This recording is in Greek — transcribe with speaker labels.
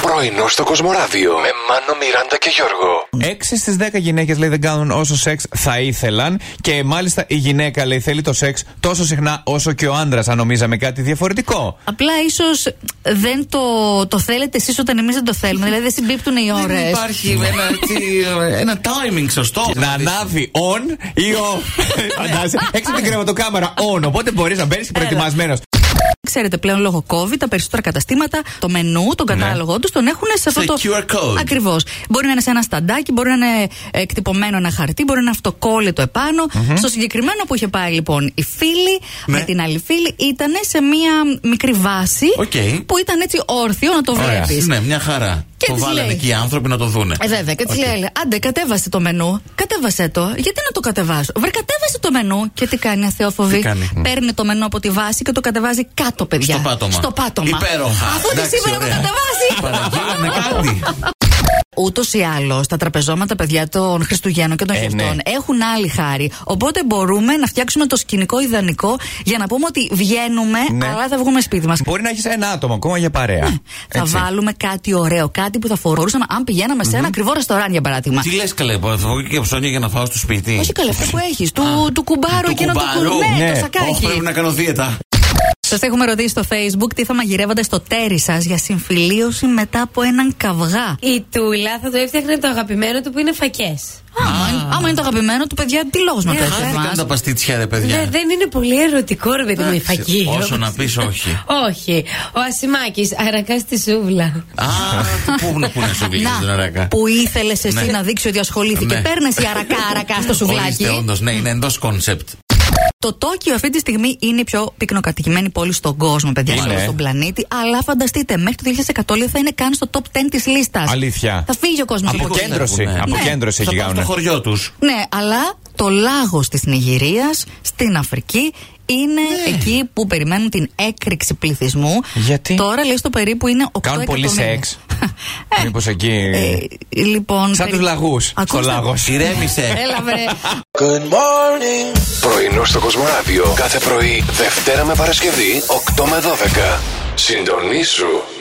Speaker 1: Πρωινό στο Κοσμοράδιο με Μάνο, Μιράντα και Γιώργο.
Speaker 2: 6 στι 10 γυναίκες λέει δεν κάνουν όσο σεξ θα ήθελαν. Και μάλιστα η γυναίκα λέει θέλει το σεξ τόσο συχνά όσο και ο άντρας, αν νομίζαμε κάτι διαφορετικό.
Speaker 3: Απλά ίσως δεν το, το θέλετε εσείς όταν εμείς δεν το θέλουμε. Δηλαδή δεν συμπίπτουν οι
Speaker 4: Δεν
Speaker 3: ώρες.
Speaker 4: υπάρχει ένα, τι- ένα timing σωστό.
Speaker 2: Να
Speaker 3: Δηλαδή,
Speaker 2: ανάβει on ή off.
Speaker 4: Ναι.
Speaker 2: Φαντάζεσαι. Έξω από την κρεβατοκάμερα on. Οπότε μπορείς να μπαίνεις προετοιμασμένος.
Speaker 3: Ξέρετε πλέον λόγω COVID τα περισσότερα καταστήματα, το μενού, τον κατάλογο τους τον έχουν σε αυτό
Speaker 4: Σε
Speaker 3: το.
Speaker 4: QR Ναι. code.
Speaker 3: Ακριβώς. Μπορεί να είναι σε ένα σταντάκι, μπορεί να είναι ε, εκτυπωμένο ένα χαρτί, μπορεί να είναι αυτοκόλλητο επάνω. Στο συγκεκριμένο που είχε πάει λοιπόν η φίλη
Speaker 4: Ναι.
Speaker 3: με την άλλη φίλη ήταν σε μία μικρή βάση
Speaker 4: Οκ.
Speaker 3: που ήταν έτσι όρθιο να το
Speaker 2: Ωραία.
Speaker 3: βλέπεις.
Speaker 4: Ναι, μια χαρά.
Speaker 3: Και
Speaker 4: το
Speaker 3: της
Speaker 4: βάλανε
Speaker 3: λέει.
Speaker 4: εκεί οι άνθρωποι να το δούνε.
Speaker 3: Ε, βέβαια, και της λέει: Άντε, κατέβασε το μενού. Κατέβασε το. Γιατί να το κατεβάσω. Βρε, κατέβασε το μενού. Και τι κάνει η αθεόφοβη.
Speaker 4: Τι κάνει?
Speaker 3: Παίρνει το μενού από τη βάση και το κατεβάζει κάτω, παιδιά.
Speaker 4: Στο πάτωμα.
Speaker 3: Στο πάτωμα.
Speaker 4: Υπέροχα.
Speaker 3: Αφού τη
Speaker 4: Εντάξει,
Speaker 3: είπε να το
Speaker 4: ωραία.
Speaker 3: κατεβάσει.
Speaker 4: Παραγγείλανε κάτι.
Speaker 3: Ούτως ή άλλως, τα τραπεζώματα, παιδιά των Χριστουγέννων και των
Speaker 2: Ε, ναι.
Speaker 3: γιορτών έχουν άλλη χάρη. Οπότε μπορούμε να φτιάξουμε το σκηνικό ιδανικό για να πούμε ότι βγαίνουμε,
Speaker 2: Ναι.
Speaker 3: αλλά θα βγούμε σπίτι μας.
Speaker 2: Μπορεί να έχεις ένα άτομο ακόμα για
Speaker 4: Ναι,
Speaker 2: παρέα.
Speaker 3: Θα
Speaker 2: Έτσι.
Speaker 3: βάλουμε κάτι ωραίο, κάτι που θα φορούσαμε αν πηγαίναμε σε ένα ακριβό ρεστοράν για παράδειγμα.
Speaker 4: Τι λες, καλέ, θα βγω και ψώνια για να φάω στο σπίτι.
Speaker 3: Όχι καλά, αυτό που έχεις. Του, Ε, του κουμπάρου
Speaker 4: Του
Speaker 3: εκείνο το
Speaker 4: κουμπάρου.
Speaker 3: κουμπάρου. Ναι,
Speaker 2: Ναι.
Speaker 3: το
Speaker 4: Όχι, πρέπει
Speaker 3: σακάκι.
Speaker 4: να κάνω δίαιτα.
Speaker 3: Σας έχουμε ρωτήσει στο Facebook τι θα μαγειρεύατε στο τέρι σας για συμφιλίωση μετά από έναν καυγά.
Speaker 5: Η Τούλα θα το έφτιαχνε το αγαπημένο του που είναι φακές.
Speaker 3: Άμα, είναι- άμα είναι το αγαπημένο του, παιδιά, τι λόγος να Ε, το έχει.
Speaker 4: Χάθηκαν τα παστίτσια, ρε
Speaker 3: Ναι,
Speaker 4: παιδιά.
Speaker 5: Ναι, δεν είναι πολύ ερωτικό, ρε παιδί μου, η φακή.
Speaker 4: Όσο να πεις, όχι.
Speaker 5: Όχι. Ο Ασημάκης, αρακάς στη σούβλα.
Speaker 4: Α, πού να πού να σου βγει την αρακά.
Speaker 3: που ήθελες εσύ
Speaker 4: Ναι.
Speaker 3: να δείξει ότι ασχολήθηκε.
Speaker 4: Ναι.
Speaker 3: Παίρνε η αρακά, αρακά στο
Speaker 4: Ορίστε,
Speaker 3: σουβλάκι.
Speaker 4: όντως, ναι, είναι εντός κόνσεπτ.
Speaker 3: Το Τόκιο αυτή τη στιγμή είναι η πιο πυκνοκατοικημένη πόλη στον κόσμο, παιδιά,
Speaker 2: Είναι.
Speaker 3: στον πλανήτη. Αλλά φανταστείτε, μέχρι το 2100 λέει, θα είναι καν στο top 10 της λίστας.
Speaker 2: Αλήθεια.
Speaker 3: Θα φύγει ο κόσμος από εκεί.
Speaker 2: Αποκέντρωση.
Speaker 4: Ναι.
Speaker 2: Αποκέντρωση
Speaker 4: Θα
Speaker 2: έχει
Speaker 4: πάω στο
Speaker 2: κάνουν.
Speaker 4: χωριό τους.
Speaker 3: Ναι, αλλά το λάγος της Νιγηρίας στην Αφρική είναι εκεί που περιμένουν την έκρηξη πληθυσμού.
Speaker 2: Ναι. Γιατί?
Speaker 3: Τώρα λέει στο περίπου είναι 8
Speaker 2: Κάνουν πολύ
Speaker 3: εκατομμύρια.
Speaker 2: σεξ.
Speaker 3: Ε,
Speaker 2: Μήπως εκεί-
Speaker 3: ε, λοιπόν,
Speaker 2: Σαν
Speaker 3: περι-
Speaker 2: του λαγούς στο
Speaker 3: Ακούστε.
Speaker 2: λάγο.
Speaker 4: Ηρέμησε.
Speaker 3: Έλα βρε.
Speaker 1: Πρωινό στο Κοσμοράδιο κάθε πρωί, Δευτέρα με Παρασκευή, 8 με 12. Συντονίσου